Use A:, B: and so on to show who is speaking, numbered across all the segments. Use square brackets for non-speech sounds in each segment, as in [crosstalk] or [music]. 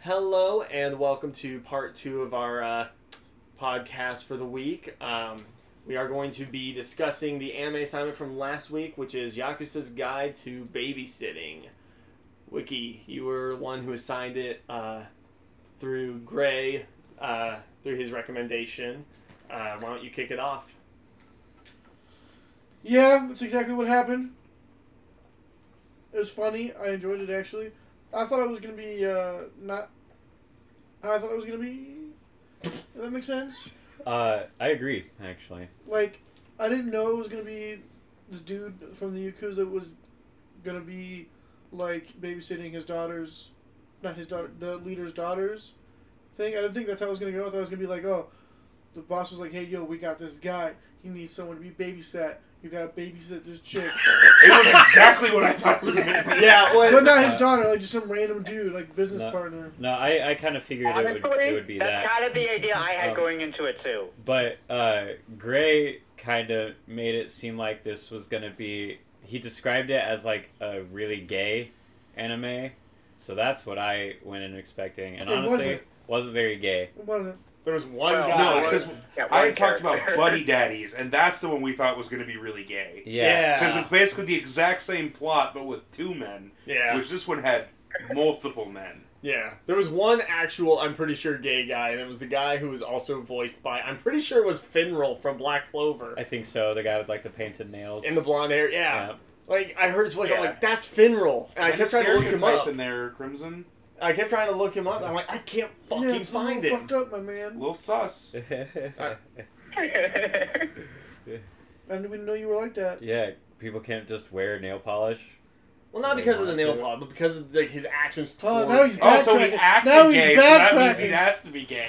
A: Hello and welcome to part two of our uh, podcast for the week. Um, we are going to be discussing the anime assignment from last week, which is Yakuza's Guide to Babysitting. Wiki, you were the one who assigned it uh, through Gray, uh, through his recommendation. Uh, why don't you kick it off?
B: Yeah, that's exactly what happened. It was funny. I enjoyed it actually. I thought it was gonna be uh, not. how I thought it was gonna be. If that makes sense.
C: Uh, I agree, actually.
B: Like, I didn't know it was gonna be this dude from the yakuza was gonna be like babysitting his daughters, not his daughter, the leader's daughters thing. I didn't think that's how it was gonna go. I thought it was gonna be like, oh, the boss was like, hey, yo, we got this guy. He needs someone to be babysat. You gotta babysit this chick.
D: It was exactly what I thought it was going to be.
A: Yeah,
B: But not his daughter, like just some random dude, like business
C: No.
B: partner.
C: No, I, I kind of figured
E: Honestly,
C: it, would, it would be
E: that's
C: that.
E: kind of the idea I had
C: Oh.
E: going into it too.
C: But uh, Gray kind of made it seem like this was going to be. He described it as like a really gay anime. So that's what I went in expecting. And
B: It
C: honestly,
B: wasn't.
C: wasn't very gay.
B: It wasn't.
A: there was one
E: Well,
A: guy.
D: No, it's
E: one-
D: because
E: yeah,
D: I
E: one
D: had talked about
E: character. [laughs]
D: [laughs] buddy daddies, and that's the one we thought was going to be really gay.
C: Yeah.
D: Because it's basically the exact same plot, but with two men,
A: yeah.
D: which this one had multiple men.
A: Yeah, there was one actual, I'm pretty sure, gay guy, and it was the guy who was also voiced by, I'm pretty sure it was Finral from Black Clover.
C: I think so. The guy with like the painted nails.
A: In the blonde hair, yeah.
C: yeah.
A: Like, I heard his voice, I'm
E: Yeah.
A: like, that's Finral. And I
D: And
A: kept trying to look him
D: stereotype
A: up.
D: in there, Crimson.
A: I kept trying to look him up, and I'm like, I can't fucking
B: yeah, it's a little
A: find it.
B: Fucked up, my man.
D: Little sus.
B: I didn't even know you were like that.
C: [laughs] yeah, people can't just wear nail polish. [laughs]
A: Well, not because of the nail pod, but because of like his actions
B: Oh,
A: towards.
B: now he's
D: Oh, so he
B: Backtracking.
D: acted
B: Now he's
D: gay, so that means he
B: backtracking.
D: has to be [laughs] gay.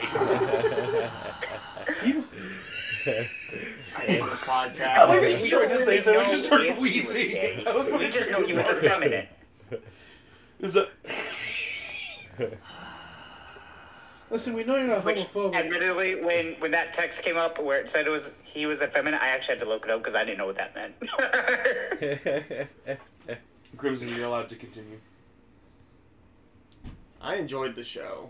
B: You-
A: I hate this podcast.
D: I like that
E: We
D: you tried to
E: don't
D: say
E: really
D: so,
E: know
D: and just started
E: if he was
D: wheezing.
E: gay.
D: [laughs] That was
E: We
D: my
E: just know he was
D: favorite part.
E: effeminate.
D: It was a-
B: Listen, we know you're not
E: Which,
B: homophobic.
E: admittedly, when when that text came up where it said it was he was effeminate, I actually had to look it up because I didn't know what that meant. [laughs]
D: Crimson, you're allowed to continue.
A: I enjoyed the show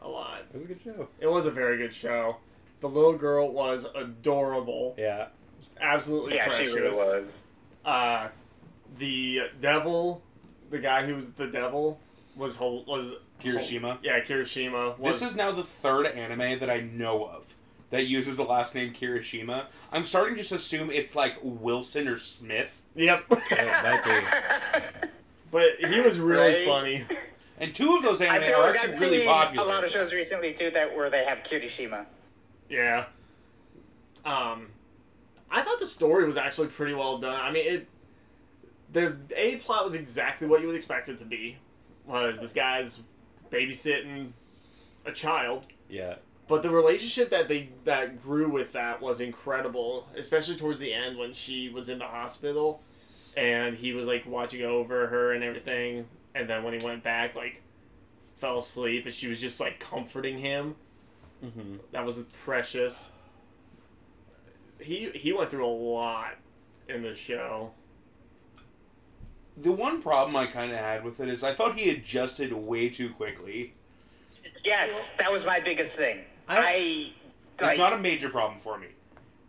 A: a lot.
C: It was a good show.
A: It was a very good show. The little girl was adorable,
C: Yeah.
A: absolutely
E: yeah,
A: precious.
E: she really was.
A: uh, the devil, the guy who was the devil, was hol- was
D: Kirishima.
A: yeah Kirishima. Was,
D: This is now the third anime that I know of that uses the last name Kirishima. I'm starting to just assume it's like Wilson or Smith. [laughs]
A: yep,
C: It might be.
E: [laughs]
A: but he was really
E: Right?
A: funny.
D: And two of those
E: I
D: anime
E: feel
D: are
E: like I've
D: actually
E: seen
D: really
E: a lot
D: popular.
E: of shows recently too that where they have Kirishima.
A: Yeah. Um, I thought the story was actually pretty well done. I mean, it the a plot was exactly what you would expect it to be. Was this guy's babysitting a child?
C: Yeah.
A: But the relationship that they that grew with that was incredible, especially towards the end when she was in the hospital and he was like watching over her and everything. And then when he went back, like fell asleep and she was just like comforting him.
C: hmm
A: That was precious. He he went through a lot in the show.
D: The one problem I kind of had with it is I thought he adjusted way too quickly.
E: Yes, that was my biggest thing.
C: I-
E: I,
D: It's
E: like,
D: not a major problem for me.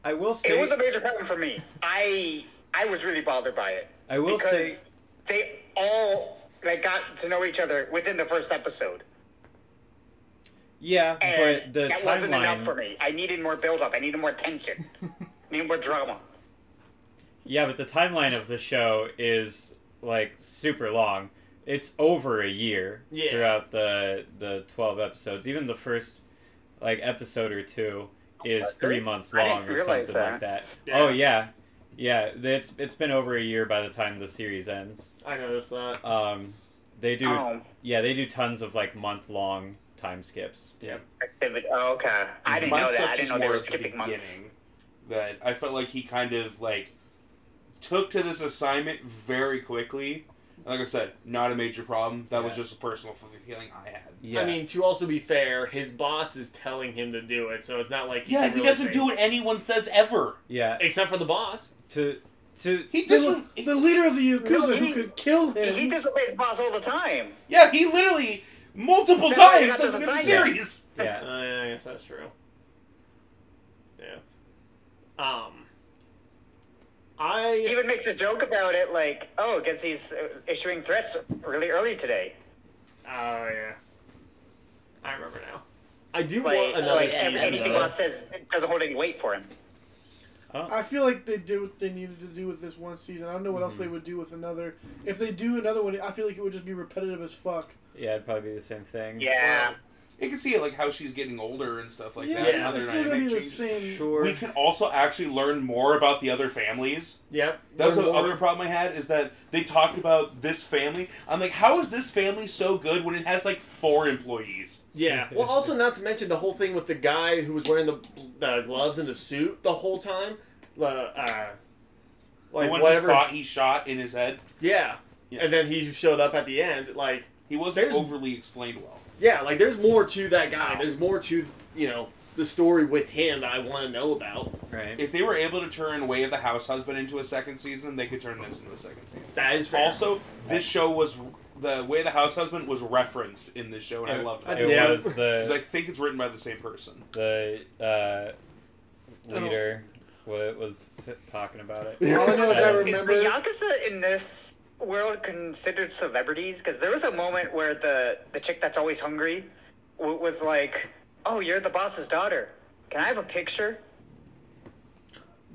C: I will say.
E: it was a major problem for me. I I was really bothered by it.
C: I will say-
E: because they all like got to know each other within the first episode,
C: Yeah, but
E: and
C: the
E: that
C: timeline.
E: wasn't enough for me. I needed more build up. I needed more tension. I needed more drama.
C: Yeah, but the timeline of the show is like super long. It's over a year
A: Yeah.
C: throughout the the twelve episodes. Even the first like episode or two is
E: that's
C: three
E: great.
C: months
E: I
C: long
E: didn't
C: or
E: realize
C: something like that.
E: that.
A: Yeah.
C: Oh yeah, yeah. It's it's been over a year by the time the series ends.
A: I noticed that.
C: Um, they do
E: Um,
C: yeah they do tons of like month long time skips.
D: Yep.
E: Activity. Oh, okay. I didn't
D: My
E: know that.
D: stuff
E: I didn't
D: just
E: know they
D: more
E: were
D: at the
E: skipping months.
D: beginning That I felt like he kind of like took to this assignment very quickly. And like I said, not a major problem. That was
C: Yeah.
D: just a personal f- feeling I had.
C: Yeah.
A: I mean, to also be fair, his boss is telling him to do it, so it's not like
D: Yeah, he doesn't do what anyone says ever.
C: yeah.
A: except for the boss.
C: To to
D: He
B: The,
D: just
B: li- the leader of the Yakuza
E: No, he-
B: who could kill
E: He, he
B: him.
E: disobeys boss all the time.
D: yeah, he literally multiple
E: That's why he
D: times
E: got
D: says
E: this
D: it in the
E: assignment.
D: series.
A: Uh,
C: yeah.
A: yeah, I guess that's true. Yeah. Um.
E: He
A: I oh,
E: even makes a joke about it, like, "Oh, I guess he's uh, issuing threats really early today."
A: oh yeah. I remember now. I do
E: Like,
A: want another
E: like
A: season.
E: anything
A: though.
E: boss says doesn't hold any weight for him.
C: Oh,
B: I feel like they did what they needed to do with this one season. I don't know what else they would do with another. If they do another one, I feel like it would just be repetitive as fuck.
C: yeah, it'd probably be the same thing.
E: Yeah.
D: You can see like how she's getting older and stuff like
B: yeah,
D: that. and how
B: it's
D: they're
B: still
D: not
B: gonna be
D: making
B: the
D: changes.
B: same.
C: Sure.
D: We could also actually learn more about the other families.
A: Yep.
D: That's
A: Learn
D: the
A: more.
D: other problem I had is that they talked about this family. I'm like, how is this family so good when it has like four employees?
A: Yeah. Well, also not to mention the whole thing with the guy who was wearing the, the gloves and the suit the whole time. The uh,
D: the
A: like
D: one
A: whatever.
D: who thought he shot in his head,
A: yeah.
D: Yeah.
A: And then he showed up at the end. Like
D: he wasn't
A: There's-
D: overly explained well.
A: yeah, like there's more to that guy. There's more to you know the story with him that I want to know about.
C: Right.
D: If they were able to turn Way of the House Husband into a second season, they could turn this into a second season.
A: That is fair.
D: Also, this show was the Way of the House Husband was referenced in this show, and I loved that.
C: It
A: Yeah.
C: was
D: Because I
C: the
D: think it's written by the same person.
C: the uh,
B: don't-
C: leader what was talking about it.
B: All I know is I
C: Uh,
E: Is
B: remember.
E: the Yakuza in this world considered celebrities? Because there was a moment where the, the chick that's always hungry w- was like, Oh, you're the boss's daughter. Can I have a picture?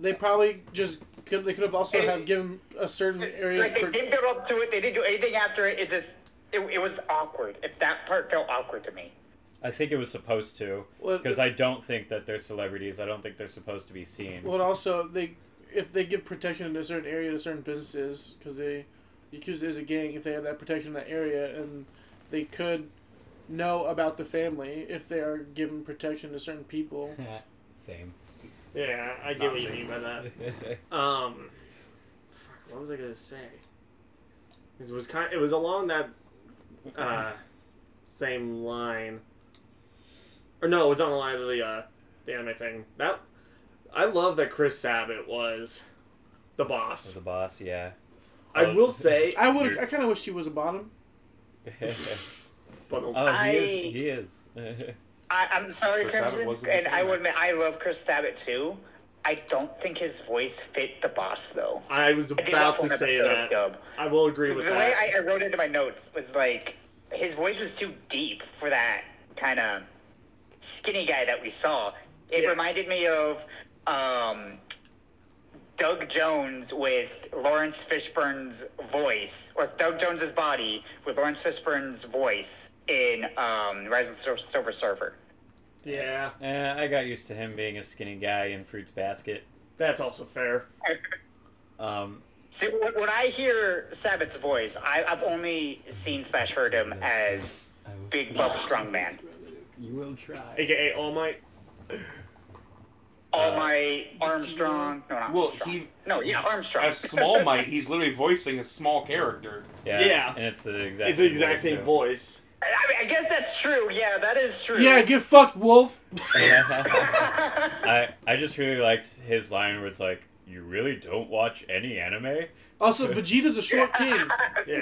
B: They probably just could. They could have also
E: And-
B: have given a certain areas.
E: Like, they
B: per-
E: didn't build up to it, they didn't do anything after it. It just, it, it was awkward. If that part felt awkward to me.
C: I think it was supposed to
B: Well,
C: because I don't think that they're celebrities. I don't think they're supposed to be seen.
B: Well, also they, if they give protection to a certain area to certain businesses, because they, Yakuza is a gang. If they have that protection in that area, and they could know about the family if they are given protection to certain people.
C: same.
A: Yeah, I get what you mean by that. Um, fuck, what was I gonna say? 'Cause It was kind. it was along that uh, same line, or no, it was on the line of the uh, the anime thing. That I love that Chris Sabat was the boss.
C: The boss, yeah.
A: I will say,
B: [laughs] I would. I kind of wish she was a bottom.
A: but
C: oh, he is.
E: I-
C: He is. [laughs]
E: I, I'm sorry,
D: Chris Abbott
E: Crimson,
D: wasn't the
E: and I
D: same.
E: would admit I love Chris Abbott too. I don't think his voice fit the boss though.
A: I was
E: I did watch
A: about to
E: one
A: say
E: episode of
A: that.
E: Dub.
A: I will agree with
E: the way
A: that.
E: I, I wrote it into my notes was like his voice was too deep for that kind of skinny guy that we saw. It
A: Yeah.
E: reminded me of um, Doug Jones with Lawrence Fishburne's voice, or Doug Jones's body with Lawrence Fishburne's voice in um, Rise of the Sil- Silver Surfer. [laughs]
A: Yeah,
C: Eh, I got used to him being a skinny guy in Fruits Basket.
A: that's also fair.
C: Um,
E: See, when when I hear Sabat's voice, I, I've only seen slash heard him as big buff strongman.
C: you will try.
A: AKA All Might.
E: All my Armstrong. No, not
D: Uh, Well,
E: Armstrong.
D: he-
E: No, yeah, Armstrong. [laughs]
D: As small might, he's literally voicing a small character.
C: Yeah,
A: Yeah.
C: And it's the exact.
A: It's the exact
C: same
A: same voice.
E: I, mean, I guess that's true. Yeah, that is true.
B: Yeah, get fucked, Wolf.
C: I I just really liked his line where it's like, "You really don't watch any anime."
B: Also, Vegeta's a short king.
A: Yeah.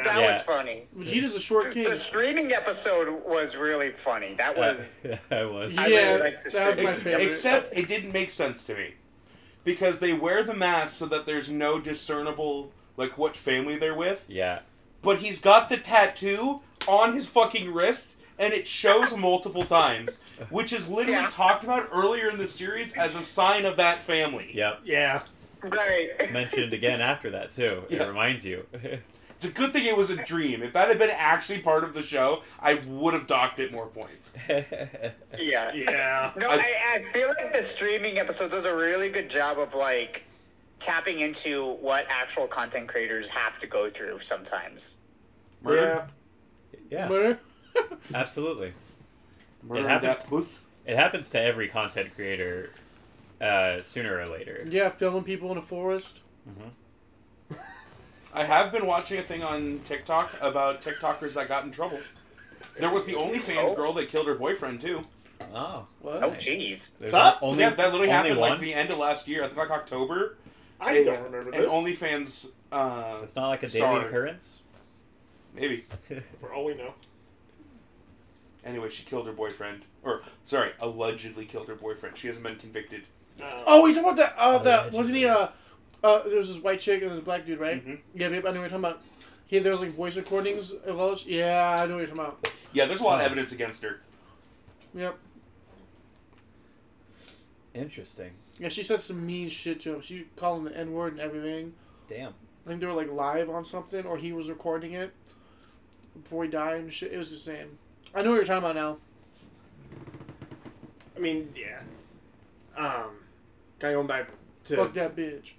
E: that
C: Yeah.
E: was funny.
B: Vegeta's a short king.
E: The streaming episode was really funny. That was.
C: [laughs] I was.
B: Yeah,
E: I really like this
B: that was my
E: streaming
D: Ex-
B: favorite.
E: episode.
D: except it didn't make sense to me because they wear the mask so that there's no discernible like what family they're with
C: Yeah.
D: but he's got the tattoo on his fucking wrist and it shows multiple times which is literally
E: Yeah.
D: talked about earlier in the series as a sign of that family
C: Yep.
A: Yeah.
E: Right.
C: Mentioned again after that too. It
D: Yeah.
C: reminds you.
D: [laughs] it's a good thing it was a dream if that had been actually part of the show i would have docked it more points
E: [laughs] Yeah.
A: [laughs] Yeah.
E: No, I, I feel like the streaming episode does a really good job of like tapping into what actual content creators have to go through sometimes.
D: Murder?
A: Yeah.
C: yeah.
B: Murder.
C: Absolutely.
D: Murder and
C: happens.
D: Death was
C: It happens to every content creator uh, sooner or later.
B: Yeah, filming people in a forest.
D: I have been watching a thing on TikTok about TikTokers that got in trouble. There was the OnlyFans
E: Oh.
D: girl that killed her boyfriend too.
C: Oh.
B: What?
E: Oh, jeez.
C: There's
A: up?
C: Uh, Only,
D: yeah, that literally
C: only
D: happened
C: one?
D: like the end of last year. I think like October.
A: I
D: And-
A: don't remember
D: And
A: this.
D: OnlyFans, uh,
C: It's not like a daily
D: Star.
C: occurrence.
D: maybe.
A: for all we know.
D: Anyway, she killed her boyfriend, or sorry, allegedly killed her boyfriend. She hasn't been convicted.
A: Uh,
B: Oh, you talking about that? Uh,
C: Oh,
B: that
C: yeah,
B: wasn't he?
C: just-
B: Uh, uh, there was this white chick and this black dude, right?
C: Mm-hmm.
D: Mhm.
B: Yeah, babe. I know what you're talking about. He there was like voice recordings of all. this- Yeah, I know what you're talking about.
D: Yeah, there's a lot of evidence against her.
B: Yep.
C: Interesting.
B: Yeah, she said some mean shit to him. She called him the N word and everything.
C: Damn.
B: I think they were like live on something, or he was recording it before he died and shit. It was the same. I know what you're talking about now.
A: I mean, yeah. Um, kind of going back to
B: Fuck that bitch.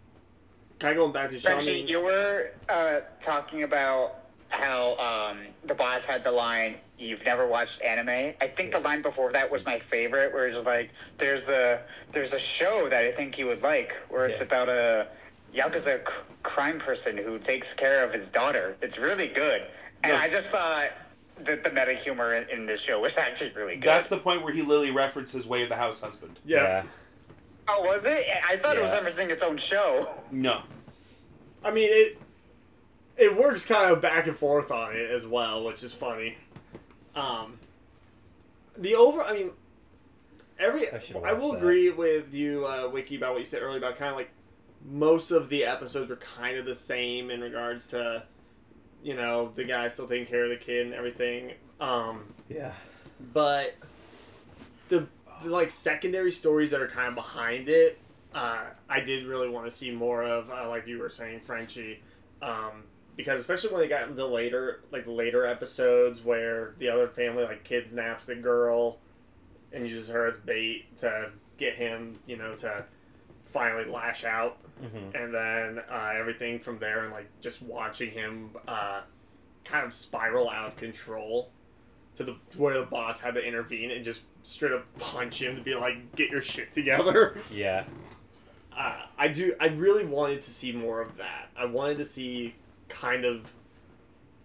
A: kind of going back to Sean.
E: Reggie, you were uh, talking about how um, the boss had the line, "You've never watched anime." I think the line before that was my favorite, where it's just like, "There's a there's a show that I think you would like, where it's
C: Yeah.
E: about a yakuza c- crime person who takes care of his daughter. It's really good." And
D: Yeah.
E: I just thought that the meta humor in, in this show was [laughs] actually really good.
D: That's the point where he literally referenced his way of the house husband.
A: yeah.
E: oh, was it? I thought it was
C: Yeah.
E: referencing its own show.
D: No,
A: I mean it. It works kind of back and forth on it as well, which is funny. Um, the over. I mean, every.
C: I should
A: I,
C: watch
A: will
C: that.
A: agree with you, uh, Wiki, about what you said earlier about kind of like most of the episodes are kind of the same in regards to, you know, the guy still taking care of the kid and everything. Um,
C: Yeah.
A: but the, the like secondary stories that are kind of behind it uh, i did really want to see more of uh, like you were saying frenchie um, because especially when they got into later like later episodes where the other family like kidnaps the girl and uses her as bait to get him you know to finally lash out
C: Mm-hmm.
A: and then uh, everything from there and like just watching him uh, kind of spiral out of control to the to where the boss had to intervene and just straight up punch him to be like get your shit together [laughs]
C: Yeah.
A: uh, i do i really wanted to see more of that i wanted to see kind of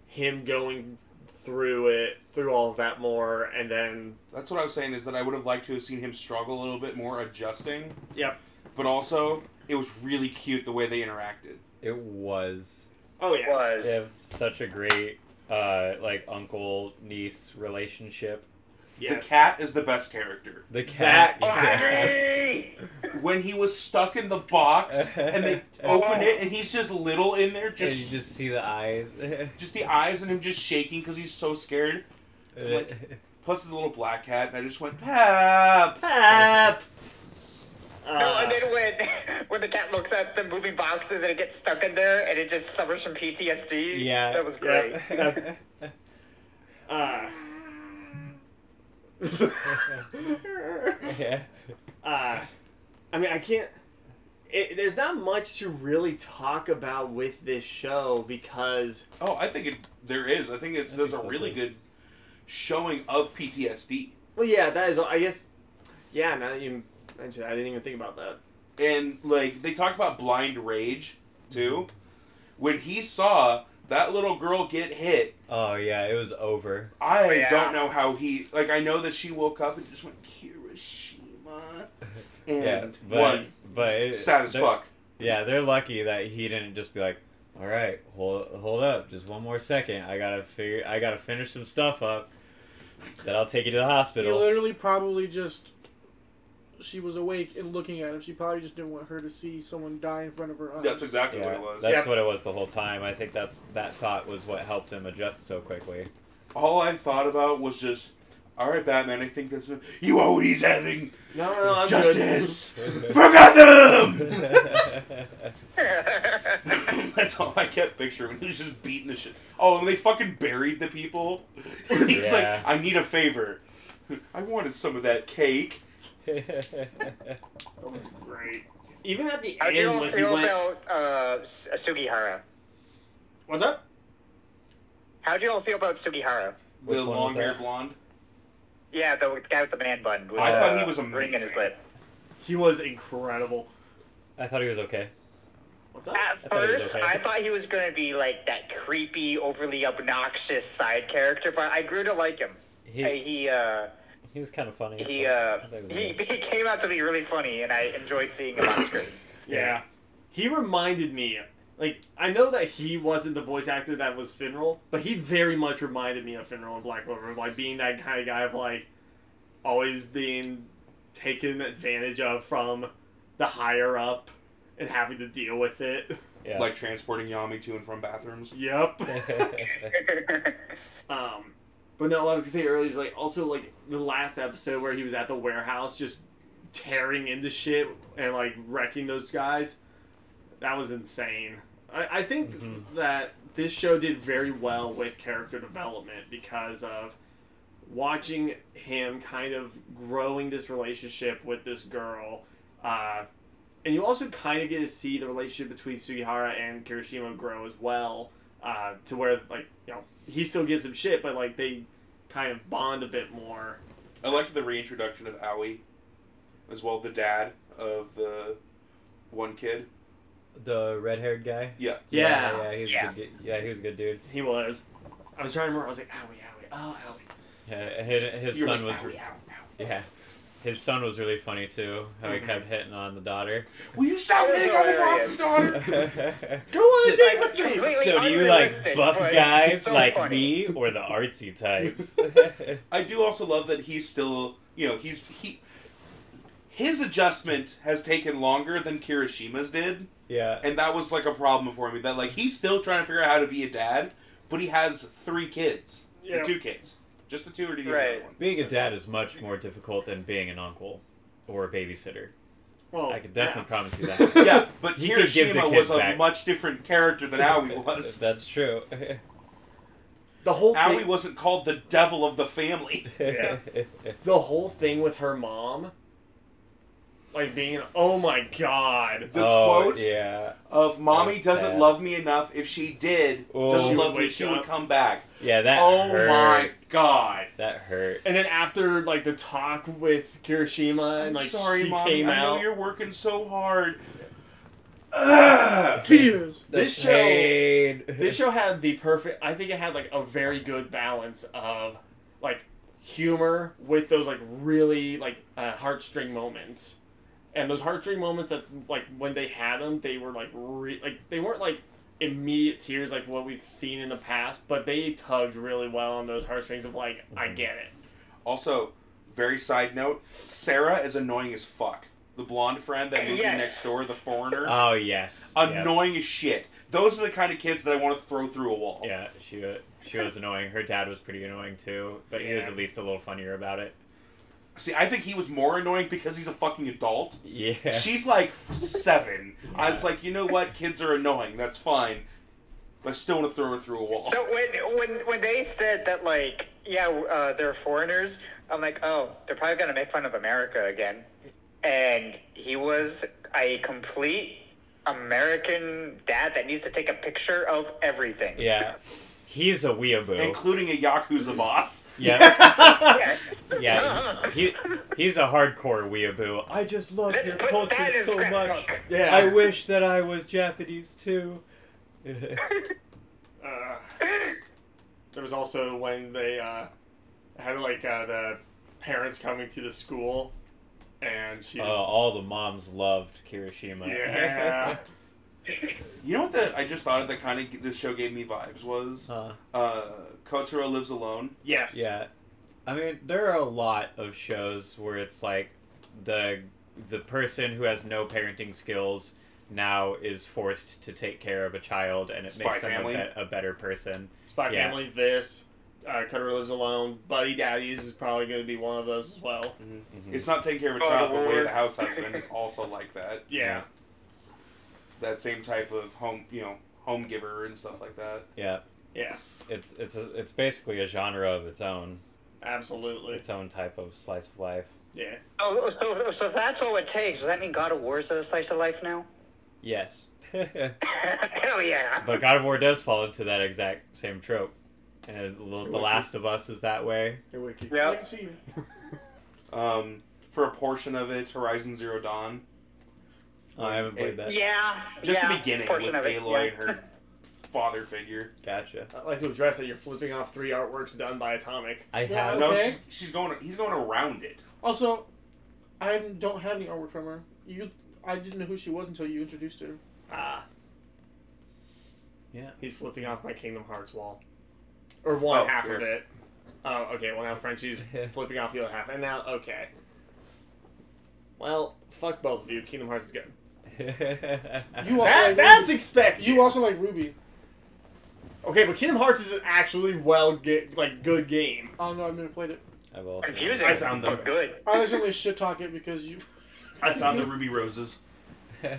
A: him going through it through all of that more and then
D: that's what I was saying is that I would have liked to have seen him struggle a little bit more adjusting,
A: yep
D: but also it was really cute the way they interacted.
C: It was.
A: oh yeah
E: Was
C: They have such a great uh, like uncle niece relationship.
D: The
A: yes.
D: cat is the best character.
C: The cat.
E: oh,
C: [laughs] yeah.
E: Henry!
D: when he was stuck in the box and they
C: [laughs]
D: opened it and he's just little in there,
C: And
D: just
C: you
D: just,
C: just see the
D: [laughs]
C: eyes.
D: the eyes and him just shaking because he's so scared. Plus his little black cat, and I just went pap.
A: Pep!
E: No, and
A: Uh,
E: then when [laughs] when the cat looks at the moving boxes and it gets stuck in there and it just suffers from PTSD.
C: Yeah.
E: that was
A: Yeah.
E: great.
C: [laughs]
E: [laughs]
A: Uh. [laughs]
C: yeah.
A: uh, I mean, I can't. It, there's not much to really talk about with this show because
D: Oh, I think it, there is. I think it's
C: I
D: there's
C: think
D: a
C: so,
D: really
C: too.
D: good showing of PTSD.
A: well, yeah, that is. I guess. Yeah, now that you mentioned, that, I didn't even think about that.
D: And like they talk about blind rage too. When he saw that little girl get hit,
C: [laughs] Oh yeah, it was over.
D: I
E: Oh, yeah.
D: don't know how he like I know that she woke up and just went [laughs] Kirishima and
C: Yeah, but
D: one
C: but it,
D: sad as
C: they're-
D: fuck.
C: Yeah, they're lucky that he didn't just be like, "All right, hold hold up, just one more second. I gotta figure. I gotta finish some stuff up. Then I'll take you to the
B: He
C: hospital."
B: literally probably just. She was awake and looking at him. She probably just didn't want her to see someone die in front of her eyes.
D: That's exactly
C: Yeah,
D: what it was.
C: that's
A: Yep.
C: what it was the whole time. I think that's that thought was what helped him adjust so quickly.
D: All I thought about was just, all right, Batman. I think that's you always having
A: No, no, no I'm
D: justice [laughs] for
C: [laughs]
D: Gotham. [laughs] that's all I kept picturing. He was just beating the shit. Oh, and they fucking buried the people. [laughs] He's
C: Yeah.
D: like, I need a favor. [laughs] I wanted some of that cake.
A: Good. That was great. Even at the
E: How do you
A: end
E: all
A: when he
E: feel
A: went,
E: about uh, S- Sugihara?
A: what's up?
E: How do you all feel about Sugihara?
D: The
C: Which one was
D: long haired
C: that?
D: blonde.
E: Yeah, the guy with the man bun. With
D: I
E: the
D: thought he was
E: ring in his
D: amazing.
E: lip.
A: He was incredible.
C: I thought he was okay.
A: What's up?
E: At
C: thought he was
E: first,
C: okay.
E: I thought he was going to be like that creepy, overly obnoxious side character, but I grew to like him.
C: He
E: Uh, he uh,
C: he was kind of funny.
E: he
C: I
E: uh,
C: thought was
E: he, [laughs]
C: good.
E: he came out to be really funny, and I enjoyed seeing him on screen.
A: Yeah. He reminded me, like, I know that he wasn't the voice actor that was Finral, but he very much reminded me of Finral in Black Clover, of, like, being that kind of guy of, like, always being taken advantage of from the higher up and having to deal with it. [laughs]
C: yeah.
D: Like transporting Yami to and from bathrooms.
A: Yep.
C: yeah,
A: Um, but no, what I was gonna say earlier is like also like the last episode where he was at the warehouse just tearing into shit and like wrecking those guys. That was insane. I, I think
C: Mhm.
A: that this show did very well with character development because of watching him kind of growing this relationship with this girl. Uh, and you also kind of get to see the relationship between Sugihara and Kirishima grow as well, uh, to where like you know he still gives him shit, but like they kind of bond a bit more.
D: I liked the reintroduction of Owie, as well the dad of the one kid.
C: [laughs] the red-haired guy.
D: Yeah,
A: Yeah.
C: yeah, he was
E: Yeah.
C: A good, gu- yeah, he was a good dude.
A: He was. I was trying to remember. I was like, owie, owie, oh, owie.
C: Yeah, his, his
A: You were
C: son
A: like, "Oh,
C: was
A: owie, owie, owie.
C: yeah, his son was really funny too. How
E: Mm-hmm.
A: Mhm.
C: he kept hitting on the daughter. [laughs]
D: will you stop laying on the boss's daughter?
C: so
A: Go on a date
E: Like,
A: with me.
E: completely
C: do you like
E: unrealistic,
C: buff
E: but
C: guys
E: so
C: like
E: funny.
C: me or the artsy
E: [laughs]
C: types? [laughs]
D: I do also love that he's still, you know, he's he. His adjustment has taken longer than Kirishima's did,
C: yeah.
D: and that was like a problem for me. That like he's still trying to figure out how to be a dad, but he has three kids, Or
A: Yeah.
D: two kids, just the two, or do you
E: Right.
D: have another one?
C: Being a dad is much more difficult than being an uncle or a babysitter.
A: Well,
C: I can definitely promise you
E: [laughs]
C: that.
A: yeah.
D: Yeah, but
C: He could give the
D: Kirishima
C: kid
D: was a
C: back.
D: much different character
C: [laughs]
D: than Owie was.
C: That's true. [laughs]
A: the whole thing.
D: Owie wasn't called the devil of the family.
A: Yeah. the whole thing with her mom, like being, oh my god,
D: The
C: oh,
D: quote
C: Yeah.
D: of "Mommy
C: That's
D: doesn't
C: sad.
D: love me enough. If she did,
C: Oh. She
D: doesn't
C: would
D: love me,
A: wake
D: she
A: up."
D: would come back."
C: Yeah, that
D: oh
C: hurt.
D: my god!
C: That hurt.
A: and then after like the talk with Kirishima and like
D: sorry,
A: she
D: mommy.
A: came
D: I know
A: out.
D: you're working so hard. Ugh.
B: Tears.
A: This
C: The
A: show-
C: pain.
A: this show had the perfect i think it had like a very good balance of like humor with those like really like uh, heartstring moments and those heartstring moments that like when they had them they were like re- like they weren't like immediate tears like what we've seen in the past but they tugged really well on those heartstrings of like i get it
D: also, very side note: Sarah is annoying as fuck. The blonde friend that moved in
E: Yes.
D: next door, the foreigner,
C: [laughs] Oh yes.
D: annoying as shit. Those are the kind of kids that I want to throw through a wall.
C: Yeah, Yeah, she wa- she was annoying. Her dad was pretty annoying too, but he was
A: Yeah.
C: at least a little funnier about it.
D: See, I think he was more annoying because he's a fucking adult.
C: Yeah.
D: She's like
C: [laughs]
D: seven. I was like, you know what? Kids are annoying. That's fine. But I still want to throw her through a wall.
E: So when when when they said that like yeah uh, they're foreigners, I'm like oh they're probably gonna make fun of America again, and he was a complete American dad that needs to take a picture of everything.
C: yeah. He's a weeaboo.
D: Including a
C: Mm.
D: Yakuza boss.
C: yeah.
E: [laughs] Yes. [laughs]
C: Yeah. He, he's a hardcore weeaboo. I just love
E: Let's
C: your
E: put
C: culture
E: that in
C: so much.
E: scrapbook.
A: yeah
C: I wish that I was Japanese too.
A: uh, there was also when they uh, had like uh, the parents coming to the school and she
C: Uh, all the moms loved Kirishima. [laughs]
A: Yeah.
D: You know what that I just thought of that kind of this show gave me vibes was
C: huh.
D: uh, Kotsuro lives alone.
A: [laughs] yes.
C: Yeah. I mean, there are a lot of shows where it's like the the person who has no parenting skills now is forced to take care of a child and it
D: Spy
C: makes them a,
D: Family.
C: be- a better person.
A: Spy
C: Yeah.
A: Family, this, uh, Cutter Lives Alone, Buddy Daddies is probably going to be one of those as well.
C: Mm-hmm.
D: It's not taking care of a
E: Oh,
D: child, but Way of
E: Lord.
D: the House Husband is also like that.
A: Yeah.
D: That same type of home, you know, home giver and stuff like that.
C: Yeah.
A: Yeah.
C: It's it's a, it's basically a genre of its own,
A: Absolutely.
C: its own type of slice of life.
A: Yeah.
E: Oh, so, so if that's all it takes, does that mean God of War is a slice of life now? [laughs]
C: Yes. [laughs] but
E: Hell yeah.
C: God of War does fall into that exact same trope. and it's a little, The Last of Us is that way.
A: Hey, Wiki.
E: Yeah.
B: I can see you.
D: Um, for a portion of it, Horizon Zero Dawn.
C: Oh, I haven't played
D: It-
C: that.
E: Yeah.
D: Just
E: yeah,
D: the beginning
E: portion
D: with
E: of it,
D: Aloy
E: yeah. [laughs]
D: and her [laughs] father figure.
C: Gotcha.
A: I'd like to address that you're flipping off three artworks done by Atomic.
C: I
B: Yeah,
C: have.
D: No,
B: Okay.
D: she's, she's going. He's going around it.
B: Also, I don't have any artwork from her. You, I didn't know who she was until you introduced her.
A: Ah,
C: Yeah.
A: he's flipping off my Kingdom Hearts wall, or one
D: Oh,
A: half of
D: here.
A: it. Oh, okay. Well, now Frenchie's flipping off the other half, and now okay. Well, fuck both of you. Kingdom Hearts is good.
C: [laughs]
B: You also
A: That,
B: like
A: that's
B: Ruby.
A: expected.
B: You also like Ruby.
A: okay, but Kingdom Hearts is an actually well ge- like good game.
B: I don't know. I've never played it.
C: I've also.
E: Confusing.
D: I found them.
E: But good.
B: I accidentally shit talk it because you.
D: I found the ruby roses.
C: [laughs] yeah.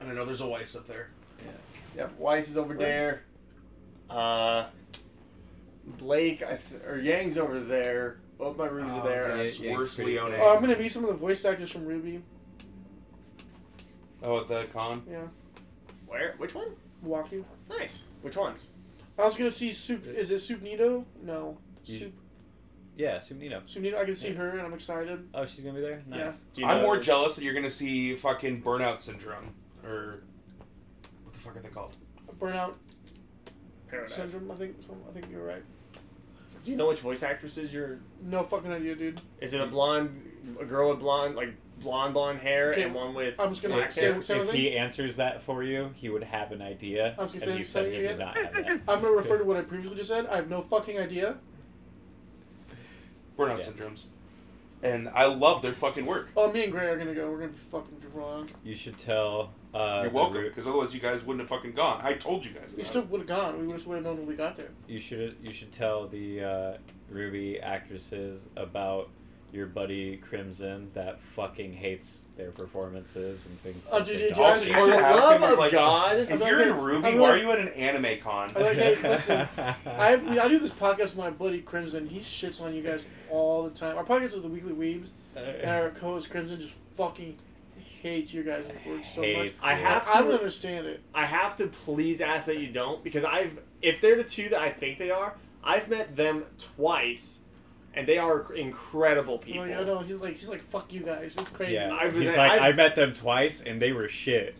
D: And I know there's a Weiss up there.
A: Yep, Weiss is over there. Uh, Blake, I th- or Yang's over there. Both my rooms
D: Oh,
A: are there.
D: that's
C: Yeah, yeah,
D: worse,
C: pretty-
D: Leone.
B: Oh, I'm gonna be some of the voice actors from Ruby.
D: Oh, at the con.
B: Yeah,
A: Where? Which one?
B: Milwaukee.
A: Nice. Which ones?
B: I was gonna see Soup. Is it Soup Nito? No.
C: You-
B: Soup
C: Sumnino.
B: Soup Nito. I can see
C: Yeah.
B: her and I'm excited.
C: Oh, she's gonna be there. Nice.
B: Yeah.
A: Do you
D: I'm
A: know-
D: more jealous that you're gonna see fucking burnout syndrome or what the fuck are they called?
B: Burnout
A: Paradise.
B: syndrome. I think. I think you're right.
A: Do you know which voice actresses you're?
B: No fucking idea, dude.
A: Is it a blonde, a girl with blonde, like blonde blonde hair,
B: Okay,
A: and one with?
B: I'm just gonna
A: black
C: If,
B: say-
A: hair?
C: if,
B: say one
C: if he answers that for you, he would have an idea.
B: I was gonna
C: and
B: say-
C: he said
B: say
C: he
B: it
C: did
B: again.
C: not have that.
B: I'm gonna refer to what I previously just said. I have no fucking idea.
D: Burnout
C: Yeah.
D: syndromes. And I love their fucking work.
B: Oh, me and Gray are gonna go. We're gonna be fucking drunk.
C: You should tell. Uh,
D: You're
C: the
D: welcome,
C: root-
D: because otherwise you guys wouldn't have fucking gone. I told you guys.
B: We
D: about
B: still
D: it.
B: would have gone. We just would have known when we got there.
C: You should you should tell the uh, Ruby actresses about your buddy Crimson that fucking hates their performances and things.
B: Oh,
C: that
B: dude,
C: they
B: dude,
C: don't
D: Also,
B: I-
D: you
A: For
D: should
A: the
D: ask
A: love
D: him if,
A: of
D: like,
A: God!
D: If
B: I'm
D: you're in
B: like-
D: Ruby,
B: I'm
D: why
B: like-
D: are you at an anime con?
B: I'm like, hey, listen. I,
C: [laughs]
B: have, I do this podcast with my buddy Crimson. He shits on you guys all the time. Our podcast is the Weekly Weebs, and our co-host Crimson just fucking hates your guys' work so much.
C: Hates
A: I
C: it.
A: have
B: I don't
A: to-
B: understand it.
A: I have to please ask that you don't because I've if they're the two that I think they are, I've met them twice, and they are incredible people.
B: Like, I know he's like he's like fuck you guys. It's crazy.
C: Yeah,
A: I was-
C: he's like
A: I-
C: I met them twice and they were shit.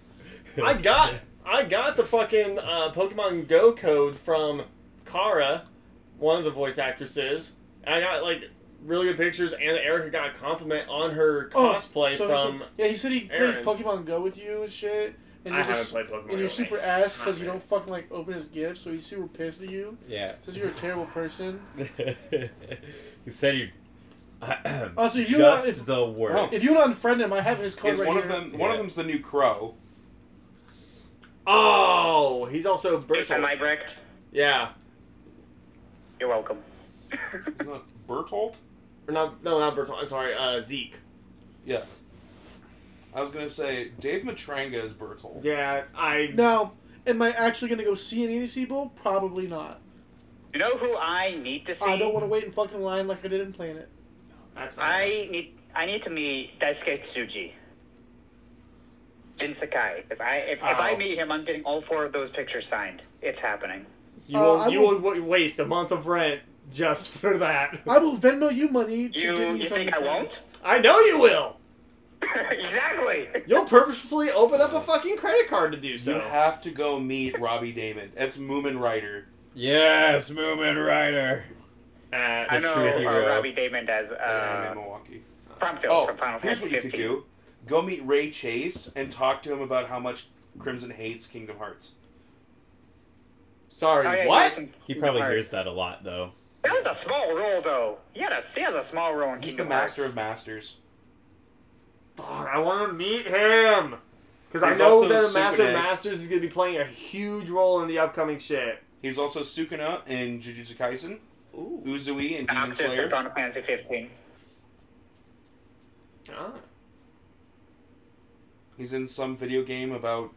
A: I got I got the fucking uh, Pokemon Go code from Kara, one of the voice actresses, and I got like really good pictures. And Erica got a compliment on her
B: Oh,
A: cosplay
B: so- so-
A: from.
B: yeah, he said he
A: Aaron.
B: plays Pokemon Go with you and shit. And
A: I
B: you're
A: haven't
B: just,
A: played Pokemon.
B: And you're
A: Go,
B: super
A: man.
B: ass because you
A: Not
B: don't fucking like open his gifts, so he's super pissed at you.
C: [laughs] Yeah. [laughs]
B: Says you're a terrible person.
C: he [clears throat] said you.
B: Also, you know,
C: just
B: if-
C: the worst.
B: If you want to unfriend him, I have his card
D: Is
B: right
D: one
B: here.
D: of them? One of
C: Yeah.
D: them's the new crow.
A: Oh, he's also
E: April
A: Bertolt.
E: Nybrecht,
A: Yeah,
E: you're
D: [laughs]
E: welcome.
D: Isn't that Bertolt?
A: or not? No, not Bertolt. I'm sorry, uh, Zeke.
D: Yeah. I was gonna say Dave Matranga is Bertolt.
A: Yeah, I.
B: Now, am I actually going to go see any of these people? Probably not.
E: You know who I need to see?
B: Oh, I don't want to wait in fucking line like I did in Planet.
A: That's fine.
E: I need I need to meet Daisuke Tsuji. Jin Sakai. Because I if, if I
A: Oh.
E: meet him, I'm getting all four of those pictures signed. It's happening.
A: You
B: Uh,
A: will.
B: I
A: you
B: will-
A: will wa- waste a month of rent just [laughs] for that.
B: I will Venmo you money. To give
E: You you
B: something
E: think I
B: to-
E: won't? [laughs]
A: I know you will.
E: exactly.
A: You'll purposefully open up a fucking credit card to do
D: You
A: so.
D: have to go meet Robbie Damon. That's Moomin Rider.
C: yes, Moomin Rider.
A: Uh,
E: I know
C: true
E: uh,
C: hero.
E: Robbie Damon does
D: anime
E: uh,
D: Milwaukee.
E: Prompto
D: Oh,
E: from Final
D: here's
E: Fantasy
D: what you could
E: 15.
D: do: go meet Ray Chase and talk to him about how much Crimson hates Kingdom Hearts.
A: Sorry,
E: Oh, yeah,
A: what?
E: he's in
C: He probably
E: Kingdom
C: hears
E: Hearts.
C: that a lot, though. [laughs]
E: That was a small role, though. He, had a, he has a small role in
D: He's
E: Kingdom
D: the master
E: Hearts.
D: of masters.
A: Fuck, I want to meet him because I
D: He's
A: know
D: also
A: that a Master
D: Sukune.
A: of Masters is going to be playing a huge role in the upcoming shit.
D: He's also Sukuna in Jujutsu Kaisen,
A: Ooh.
D: Uzui in Demon
E: Synopsis of
D: Slayer.
E: Final Fantasy 15.
A: Ah.
D: He's in some video game about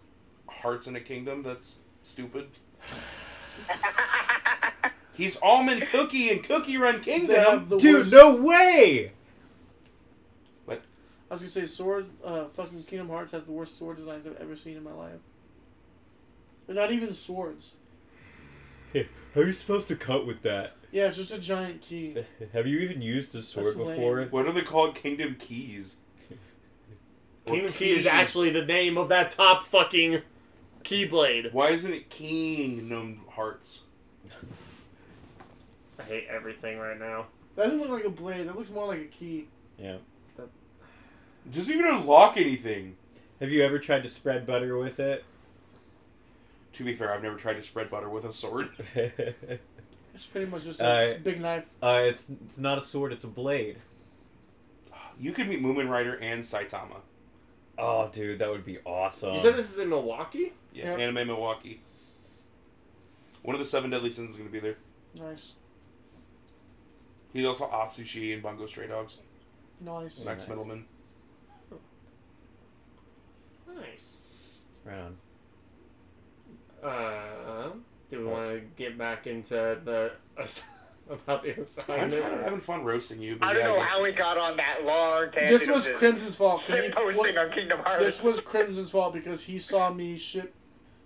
D: hearts in a kingdom. That's
E: [laughs]
D: stupid. He's Almond Cookie in Cookie Run
B: They have
D: Kingdom.
B: the
C: Dude,
B: worst-
C: no way!
D: What?
B: I was going to say, Sword, uh, fucking Kingdom Hearts has the worst sword designs I've ever seen in my life. They're not even swords.
C: How are you supposed to cut with that?
B: Yeah, it's just a giant
E: [laughs]
B: key.
C: Have you even used a sword
B: That's
C: before?
B: lame.
D: What are they called? Kingdom keys. Or
A: King of Key is
D: keys.
A: actually the name of that top fucking keyblade.
D: Why isn't it Kingdom Hearts?
A: I hate everything right now.
B: That doesn't look like a blade. That looks more like a key.
C: Yeah.
D: It doesn't even unlock anything.
C: Have you ever tried to spread butter with it? [laughs]
D: To be fair, I've never tried to spread butter with a sword.
C: uh,
B: It's pretty much just a
C: Uh,
B: big knife.
C: it's it's not a sword, it's a blade.
D: You could meet Moomin Rider and Saitama.
C: Oh, dude, that would be awesome.
A: You said this is in Milwaukee?
D: Yeah,
B: Yep.
D: Anime Milwaukee. One of the seven deadly sins is going to be there.
B: Nice,
D: He's also Atsushi and Bungo Stray Dogs.
B: nice.
D: Max
C: Nice.
D: Middleman.
A: Nice.
C: Right on.
A: Uh, do we want to get back into the [laughs] ass- about the
D: I'm,
A: assignment?
D: kind of having fun roasting you. But
E: I
D: yeah,
E: don't know
D: guess-
E: how we got on that long tangent.
B: This
E: of
B: was
E: just
B: Crimson's fault. 'cause he-
E: shitposting
B: what-
E: on Kingdom Hearts.
B: this was Crimson's fault because he saw me shit,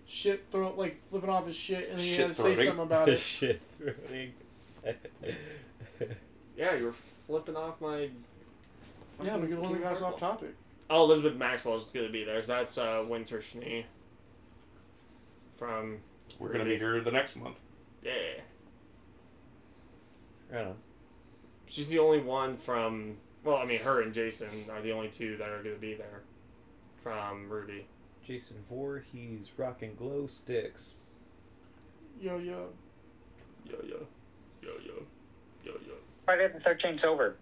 B: shit throw like flipping off his shit, and he had to say
D: Shit-throwing.
B: something about it.
C: [laughs] Shit, really.
A: yeah, you were flipping off my.
B: yeah,
A: fucking
B: because we only
A: King
B: got us off
A: Marvel.
B: topic.
A: Oh, Elizabeth Maxwell's going to be there. So that's uh, Winter Schnee from.
D: We're going to meet her the next month.
A: Yeah.
C: right on.
A: She's the only one from. Well, I mean, her and Jason are the only two that are going to be there from Ruby.
C: Jason Voorhees rocking glow sticks.
B: Yo yo,
A: Yo, yo. Yo, yo. Yo, yo.
E: [laughs] Friday the Thirteenth over.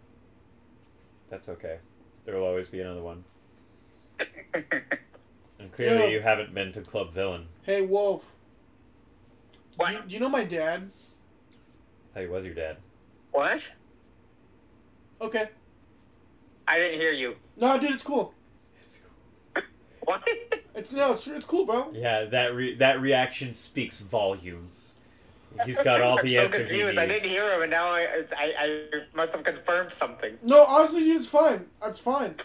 E: [laughs]
C: That's okay. There will always be another one. And clearly,
B: Yeah.
C: you haven't been to Club Villain.
B: hey Wolf. Do you,
E: what?
B: do you know my dad?
C: I thought he was your dad.
E: What?
B: Okay.
E: I didn't hear you.
B: No, dude, it's cool.
E: What?
B: It's no, it's, it's cool, bro.
C: Yeah, that re- that reaction speaks volumes. He's got all
E: [laughs] I'm
C: the
E: so
C: answers. he
E: confused. I
C: needs.
E: didn't hear him, and now I, I, I must have confirmed something. [laughs]
B: No, honestly, dude, it's fine. That's fine.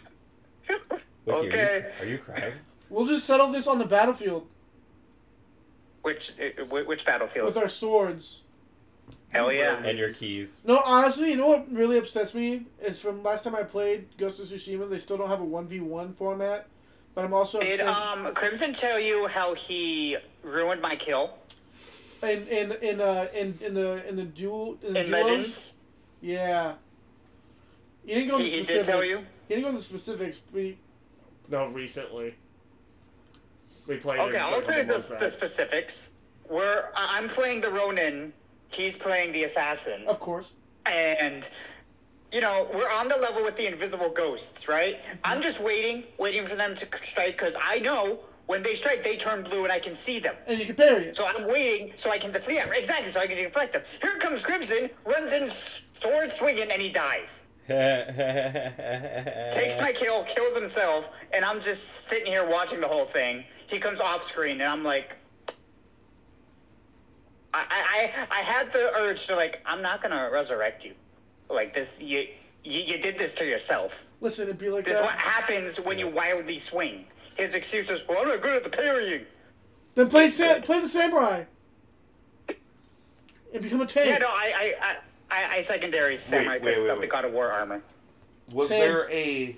C: Wiki,
E: Okay.
C: Are you, are you
A: [laughs]
C: crying?
B: We'll just settle this on the battlefield
E: Which uh, wh- which battlefield?
B: with our swords.
E: Hell yeah!
C: and your [laughs] keys.
B: No, honestly, you know what really upsets me is from last time I played Ghost of Tsushima, they still don't have a one v one format. But I'm also
E: Did
B: upset
E: um Crimson tell you how he ruined my kill
B: in in in, uh, in in the in the duel in the
E: in
B: duos.
E: Legends?
B: Yeah, he didn't go into
E: He- he
B: specifics.
E: did tell you?
B: He didn't go into specifics. But he,
A: No, recently. We played it
E: Okay,
A: a
E: I'll
A: couple
E: tell you the,
A: months
E: the
A: back.
E: specifics. We're I- I'm playing the Ronin, he's playing the assassin,
A: Oh.
B: of course,
E: and you know we're on the level with the invisible ghosts, right? I'm
A: Mm-hmm.
E: just waiting, waiting for them to strike because I know when they strike, they turn blue and I can see them.
B: and you can parry it.
E: So I'm waiting so I can deflect. Yeah, exactly. So I can deflect them. Here comes Crimson, runs in, sword swinging, and he dies. takes my kill, kills himself, and I'm just sitting here watching the whole thing. He comes off screen, and I'm like, I, I, I I had the urge to like, I'm not gonna resurrect you, like this. You, you, you did this to yourself.
B: Listen, it'd be like
E: This is what
B: that.
E: happens when you wildly swing. His excuse is, well, I'm not good at the parrying.
B: Then play sa- play the samurai and become a tank.
E: Yeah, no, I, I, I, I, I secondary samurai
D: wait,
E: because
D: wait,
E: of the
D: wait.
E: God of War armor.
D: Was
B: Same.
D: there a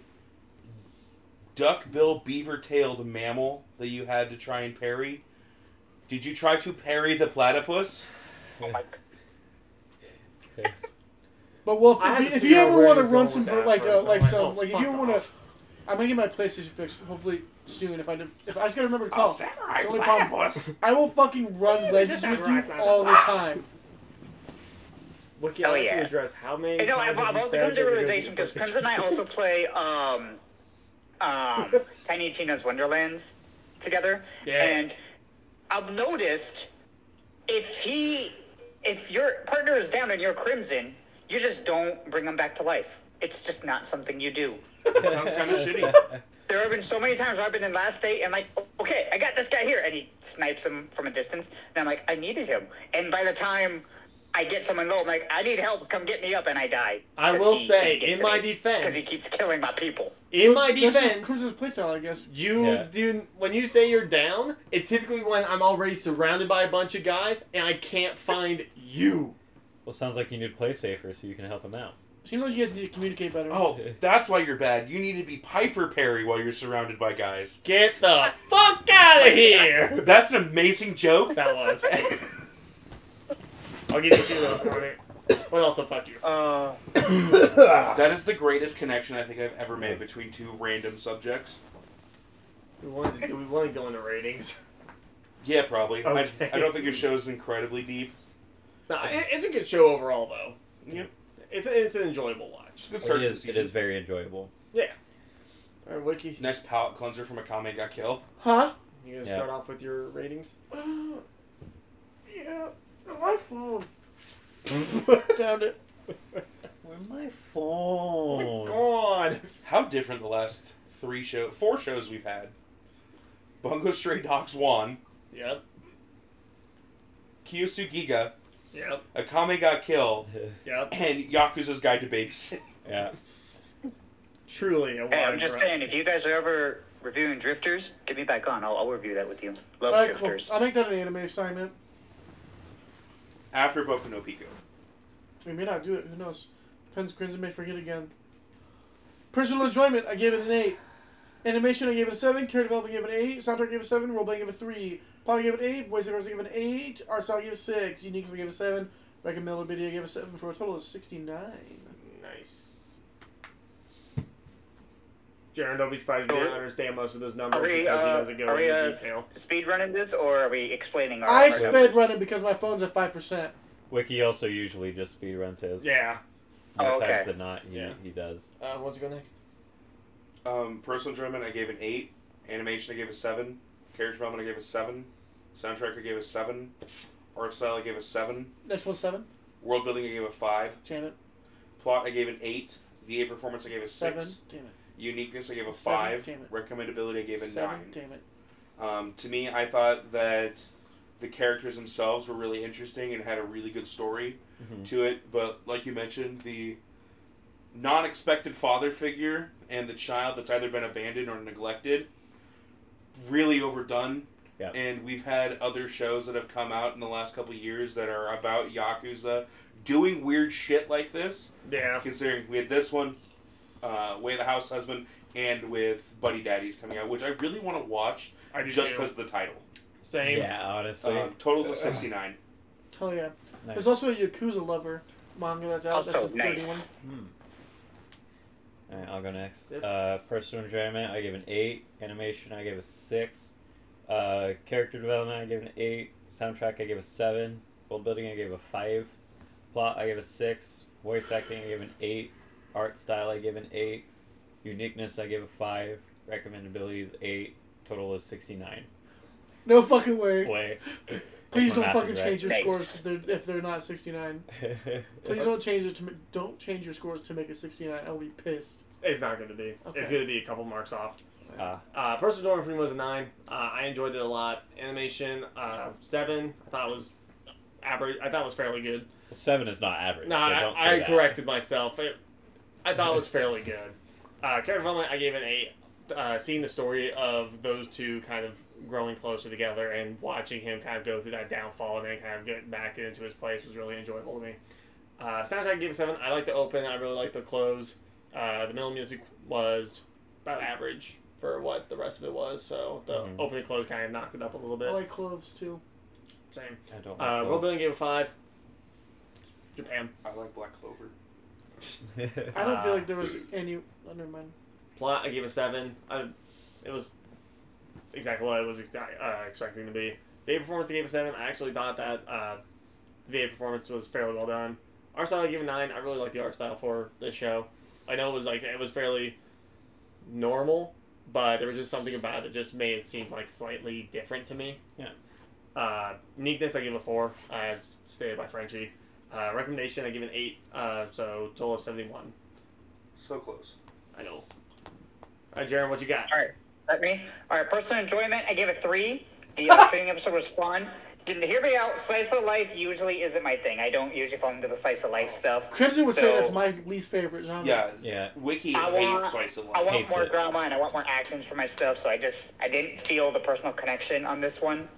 D: duckbill beaver-tailed mammal that you had to try and parry? Did you try to parry the platypus?
E: Oh my.
B: But well,
A: I had
B: if,
A: to
B: you- if
A: figure
B: you
A: out
B: ever
A: where
B: want to
A: you're
B: run
A: going
B: some
A: with that
B: like uh,
A: first.
B: like
A: I'm like,
B: some
A: oh,
B: like if
A: fuck
B: you want to,
A: off.
B: I'm gonna get my PlayStation fixed hopefully soon. If I def- if I just gotta
A: Oh,
B: remember to call.
D: A samurai
B: It's the only problem.
D: platypus.
B: I will
A: [laughs]
B: fucking run legends
A: this
B: with
A: samurai Ah,
B: you
A: planet?
B: all the time.
A: Wiki,
E: Hell
A: I like
E: Oh, yeah.
A: to address how many.
E: You know, I've,
A: times have
E: I've
A: you
E: also
A: said
E: come
A: that
E: to the
A: you're gonna
E: realization
A: be
E: because
A: [laughs]
E: Crimson and I also play um, um, Tiny Tina's Wonderlands together,
A: Yeah.
E: and I've noticed if he, if your partner is down and you're Crimson, you just don't bring them back to life. It's just not something you do.
D: That sounds kind of shitty.
E: There have been so many times where I've been in last state and like, okay, I got this guy here, and he snipes him from a distance, and I'm like, I needed him, and by the time I get someone low. I'm like, I need help. Come get me up, and I die.
A: I will say, in my defense,
E: because he keeps killing my people.
A: in my
B: This is
A: defense,
B: Cruz's playstyle, I guess.
A: you
C: Yeah.
A: do when you say you're down. It's typically when I'm already surrounded by a bunch of guys and I can't find you.
C: Well, sounds like you need to play safer so you can help him out.
B: Seems like you guys need to communicate better.
C: [laughs]
D: Oh, that's why you're bad. You need to be Piper Perry while you're surrounded by guys.
A: Get
E: [laughs]
A: the fuck out of here.
D: That's an amazing joke.
A: That was. I'll give you two of those, Northern. But also, fuck you.
E: Uh,
D: That is the greatest connection I think I've ever made between two random subjects.
A: We want to, do we want to go into ratings?
D: Yeah, probably.
A: Okay.
D: I, I don't think your show's incredibly deep.
A: Nah, it, it's a good show overall, though.
D: Yep.
A: It's, a, it's an enjoyable watch.
D: It's a good start
C: It
D: to the
C: is, it
D: season.
C: is very enjoyable.
A: All right, Wiki,
D: Nice palate cleanser from Akame Ga Kill.
B: Huh?
A: you gonna
C: Yeah.
A: start off with your ratings? Uh,
B: Yeah.
A: Oh,
B: My phone. Found it.
C: Where my phone?
A: [laughs] God.
D: How different the last three show, four shows we've had. Bungo Stray Dogs won.
A: Yep.
D: Kiyosugiga,
A: Yep.
D: Akame
B: [laughs]
D: Ga Kill,
A: Yep.
D: and Yakuza's Guide to Babysitting. [laughs]
C: yeah.
A: Truly a
E: hey,
A: wide
E: I'm just
A: variety.
E: saying, if you guys are ever reviewing Drifters, get me back on. I'll, I'll review that with you. Love
B: Alright, cool.
E: Drifters.
B: I'll make that an anime assignment.
D: After Boku no Pico.
B: We may not do it. Who knows? Depends. Crimson may forget again. Personal enjoyment. I gave it an eight. Animation. I gave it a seven. Character development. I gave it an eight. Soundtrack. I gave it a seven. Role playing. I gave it a three. Plot. I gave it an eight. Voice actors. I gave it an eight. Art style. I gave it a six. Unique. I gave it a seven. Recommended video. I gave it a seven for a total of sixty-nine.
A: Nice. Jaron, don't be surprised if you don't understand most of those numbers
E: Are we,
A: because he
E: uh,
A: doesn't go
E: are we,
A: into
E: uh,
A: detail.
E: Speed running this, or are we explaining our?
B: I
E: our
B: sped running because my phone's at five percent.
C: Wiki also usually just speedruns his.
A: Yeah.
C: More
E: Oh, okay.
C: times than not, he,
A: Yeah.
C: he does.
A: Uh, what's go next?
D: Um, personal enjoyment, I gave an 8. Animation, I gave a 7. Character development, I gave a 7. Soundtrack, I gave a 7. Art style, I gave a 7.
B: Next one's seven.
D: World building, I gave a 5.
B: Damn it.
D: Plot, I gave an 8. VA performance, I gave a 6.
B: Seven. Damn it.
D: Uniqueness, I gave a
B: Seven,
D: 5.
B: damn it.
D: Recommendability, I gave a
B: seven.
D: 9.
B: Damn it.
D: Um, to me, I thought that the characters themselves were really interesting and had a really good story
C: Mhm.
D: to it. But like you mentioned, the non-expected father figure and the child that's either been abandoned or neglected really overdone.
C: Yeah.
D: And we've had other shows that have come out in the last couple of years that are about yakuza doing weird shit like this.
A: Yeah.
D: Considering we had this one, uh, Way of the House Husband, and with Buddy Daddies coming out, which I really want to watch
A: I do
D: just
A: too.
D: because of the title.
A: Same.
C: Yeah, honestly.
D: Um, totals of 69.
B: Hell Oh, yeah.
C: Nice.
B: There's also a Yakuza lover manga that's out.
E: Also
B: that's a
E: nice.
B: dirty one.
C: Hmm. Alright, I'll go next.
A: Yep.
C: Uh, personal enjoyment, I gave an 8. Animation, I gave a 6. Uh, character development, I gave an 8. Soundtrack, I gave a 7. World building, I gave a 5. Plot, I gave a 6. Voice acting, I gave an 8. Art style, I gave an 8. Uniqueness, I gave a 5. Recommendability is 8. Total is 69.
B: No fucking way.
C: Play.
B: Please
C: If my
B: don't
C: math
B: fucking
C: is
B: change your
E: Thanks.
B: scores if they're, if they're not 69.
C: right.
B: Please
E: Uh-huh.
B: don't change it to ma- don't change your scores to make it 69. I'll be pissed.
A: It's not going to be.
B: Okay.
A: It's going to be a couple marks off.
C: [laughs] Ah,
A: Uh, Personal Dorm for me was a nine. Uh, I enjoyed it a lot. Animation uh, seven. I thought it was average. I thought it was fairly good.
C: well, 7 is not average.
A: No,
C: so don't
A: I,
C: say
A: I
C: that.
A: corrected myself. It, I thought it was fairly good. Uh, character development, I gave it an eight. Uh, seeing the story of those two kind of growing closer together and watching him kind of go through that downfall and then kind of get back into his place was really enjoyable to me. Uh, soundtrack, I gave it seven. I like the open. I really like the close. Uh, the middle music was about average for what the rest of it was. So the
C: Mhm.
A: open and close kind of knocked it up a little
B: I
A: bit.
B: like cloves too.
A: Same.
C: I don't
A: Uh,
C: like
A: World Building gave it five. Japan.
D: I like Black Clover.
C: those.
B: I don't feel
A: Ah.
B: like there was any. Oh, never mind.
A: plot i gave a seven I, it was exactly what i was ex- uh, expecting to be va performance i gave a seven i actually thought that uh, the va performance was fairly well done art style i gave a nine i really like the art style for this show i know it was like it was fairly normal but there was just something about it that just made it seem like slightly different to me
C: Yeah.
A: uh, uniqueness i gave a four as stated by frenchie uh, recommendation i give an eight uh, so total of 71
D: So close.
A: I know. All right, Jaron, what you got?
E: All right, let me. All right, personal enjoyment. I gave it three. The uh, streaming episode was fun. Can you hear me out? Slice of life usually isn't my thing. I don't usually fall into the slice of life stuff.
B: Crimson would say
E: So-
B: that's my least favorite genre.
D: Yeah.
C: Yeah.
D: Wiki
E: I
D: hates
E: want,
D: slice of life.
E: I want
C: Hates
E: more
C: it.
E: drama and I want more actions for my stuff, so I just I didn't feel the personal connection on this one.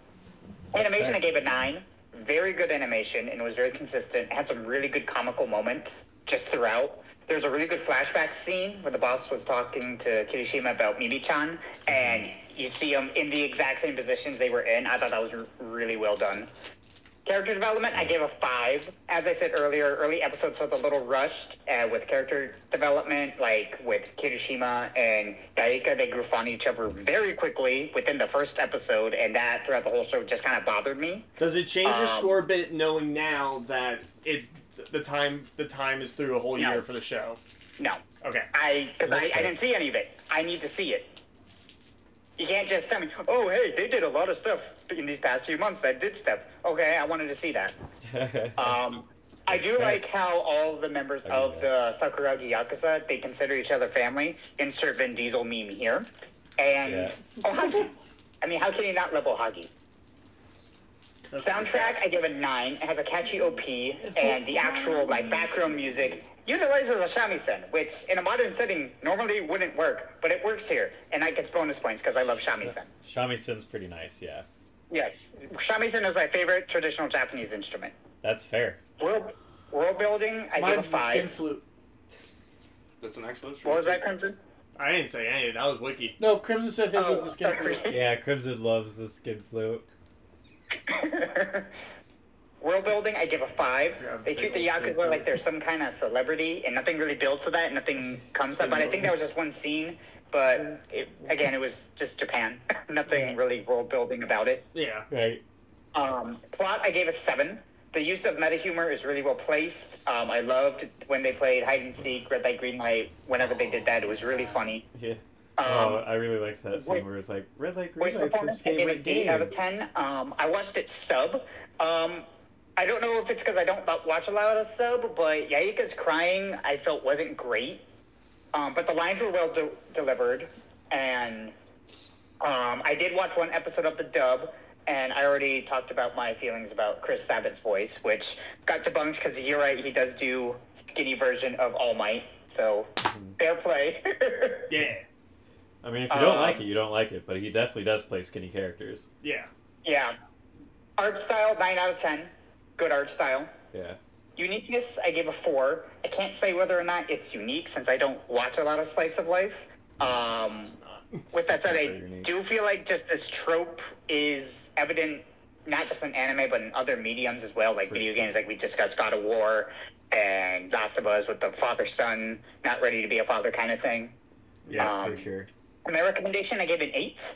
E: Animation, I gave a nine. Very good animation and was very consistent. Had some really good comical moments just throughout. There's a really good flashback scene where the boss was talking to Kirishima about Mibi-chan, and
C: Mm-hmm.
E: you see them in the exact same positions they were in. I thought that was r- really well done. Character development, I gave a five. As I said earlier, early episodes felt a little rushed uh, with character development, like with Kirishima and Daika. They grew fond of each other very quickly within the first episode, and that throughout the whole show just kind of bothered me.
A: Does it change your
E: Um,
A: score a bit knowing now that it's the time? The time is through a whole
E: No.
A: year for the show.
E: No,
A: Okay.
E: I because I, I didn't see any of it. I need to see it. You can't just tell me, oh hey, they did a lot of stuff in these past few months that did stuff. Okay, I wanted to see that.
C: [laughs]
E: [laughs] Um, I do like how all the members of the Sakuragi Yakuza they consider each other family. Insert Vin Diesel meme here, and
C: Yeah.
E: [laughs] oh Hagi. I mean, how can you not love Ohagi? Soundtrack, I give a nine. It has a catchy OP, and the actual like background music utilizes a shamisen, which in a modern setting normally wouldn't work, but it works here, and that gets bonus points because I love shamisen.
C: Shamisen's pretty nice. Yeah.
E: Yes, shamisen is my favorite traditional Japanese instrument.
C: That's fair.
E: World, world building, I give a
B: Mine's the skin
E: five.
B: flute.
D: That's an actual instrument.
E: What was that, Crimson?
A: I didn't say any. That was Wiki.
B: No, Crimson said his was the skin
E: Oh, sorry.
B: flute.
C: Yeah, Crimson loves the skin flute.
E: [laughs] World building, I give a five.
A: Yeah,
E: they treat the
A: big old skin
E: Yakuza like they're some kind of celebrity, and nothing really builds to that, and nothing comes up. But I think that was just one scene. But it, again, it was just Japan. [laughs] nothing really world building about it.
A: Yeah.
C: Right.
E: Um, plot, I gave a seven. The use of meta humor is really well placed. Um, I loved when they played hide and seek, red light, green light. Whenever they did that, it was really funny.
C: Yeah.
E: Um,
C: oh, I really liked that scene
E: wait-
C: where it's like red light,
E: voice
C: green light's his
E: performance I gave it
C: favorite
E: 8
C: game.
E: out of 10 um, i watched it sub um, i don't know if it's because i don't lo- watch a lot of sub but yaika's crying i felt wasn't great um, but the lines were well de- delivered and um, i did watch one episode of the dub and I already talked about my feelings about Chris Sabat's voice, which got debunked because you're right, he does do skinny version of All Might. So, fair play. [laughs]
A: Yeah.
C: I mean, if you don't
E: Um,
C: like it, you don't like it. But he definitely does play skinny characters.
A: Yeah.
E: Yeah. Art style, 9 out of 10. Good art style.
C: Yeah.
E: Uniqueness, I gave a 4. I can't say whether or not it's unique since I don't watch a lot of Slice of Life. Um, with that said,
C: Very
E: I
C: unique.
E: do feel like just this trope is evident not just in anime but in other mediums as well, like video games, like we discussed God of War and Last of Us with the father son, not ready to be a father kind of thing.
C: Yeah, for
E: Um,
C: sure.
E: My recommendation, I gave an eight.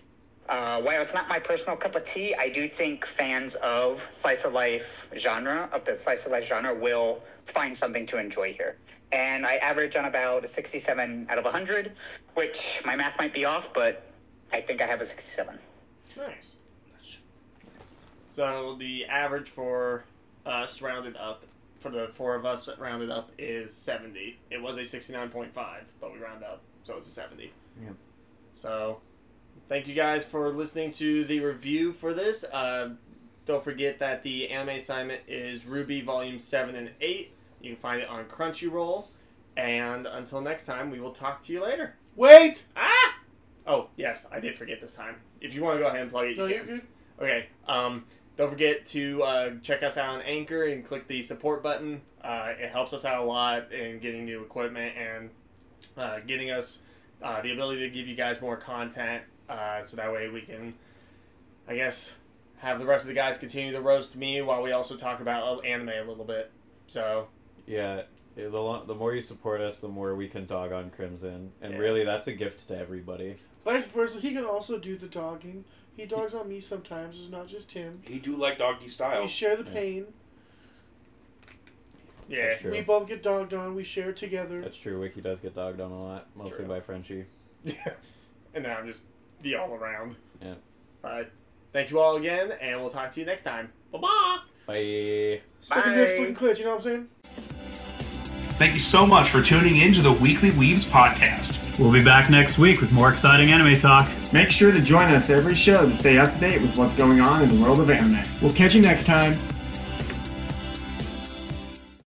E: Uh, while it's not my personal cup of tea, I do think fans of slice of life genre of the slice of life genre will find something to enjoy here. And I average on about a 67 out of 100, which my math might be off, but I think I have a 67.
A: Nice. So the average for us rounded up, for the four of us rounded up, is 70. It was a 69.5, but we round up, so it's a 70.
C: Yep.
A: So thank you guys for listening to the review for this. Uh, don't forget that the anime assignment is Ruby Volume 7 and 8. You can find it on Crunchyroll. And until next time, we will talk to you later.
B: Wait!
A: Ah! Oh, yes, I did forget this time. If you want to go ahead and plug it, you
B: No,
A: can.
B: you're good.
A: Okay. Um, don't forget to uh, check us out on Anchor and click the support button. Uh, it helps us out a lot in getting new equipment and uh, getting us uh, the ability to give you guys more content. Uh, so that way we can, I guess, have the rest of the guys continue to roast me while we also talk about anime a little bit. So
C: Yeah. The, lo- the more you support us, the more we can dog on Crimson. And
A: Yeah.
C: really, that's a gift to everybody.
B: Vice versa, he can also do the dogging. He dogs on me sometimes, it's not just him.
D: He do like doggy style.
E: Oh.
B: We share the
C: Yeah.
B: pain.
A: yeah,
C: That's true.
B: We both get dogged on, we share together.
C: That's true. Wiki does get dogged on a lot, mostly
A: True.
C: by Frenchie.
A: [laughs] and then I'm just the all around.
C: Yeah.
A: But thank you all again, and we'll talk to you next time. Bye bye.
C: Bye.
B: Suck a dick's
E: Bye.
B: fucking clits, you know what I'm saying?
F: Thank you so much for tuning in to the Weekly Weaves podcast.
G: We'll be back next week with more exciting anime talk.
H: Make sure to join us every show to stay up to date with what's going on in the world of anime.
I: We'll catch you next time.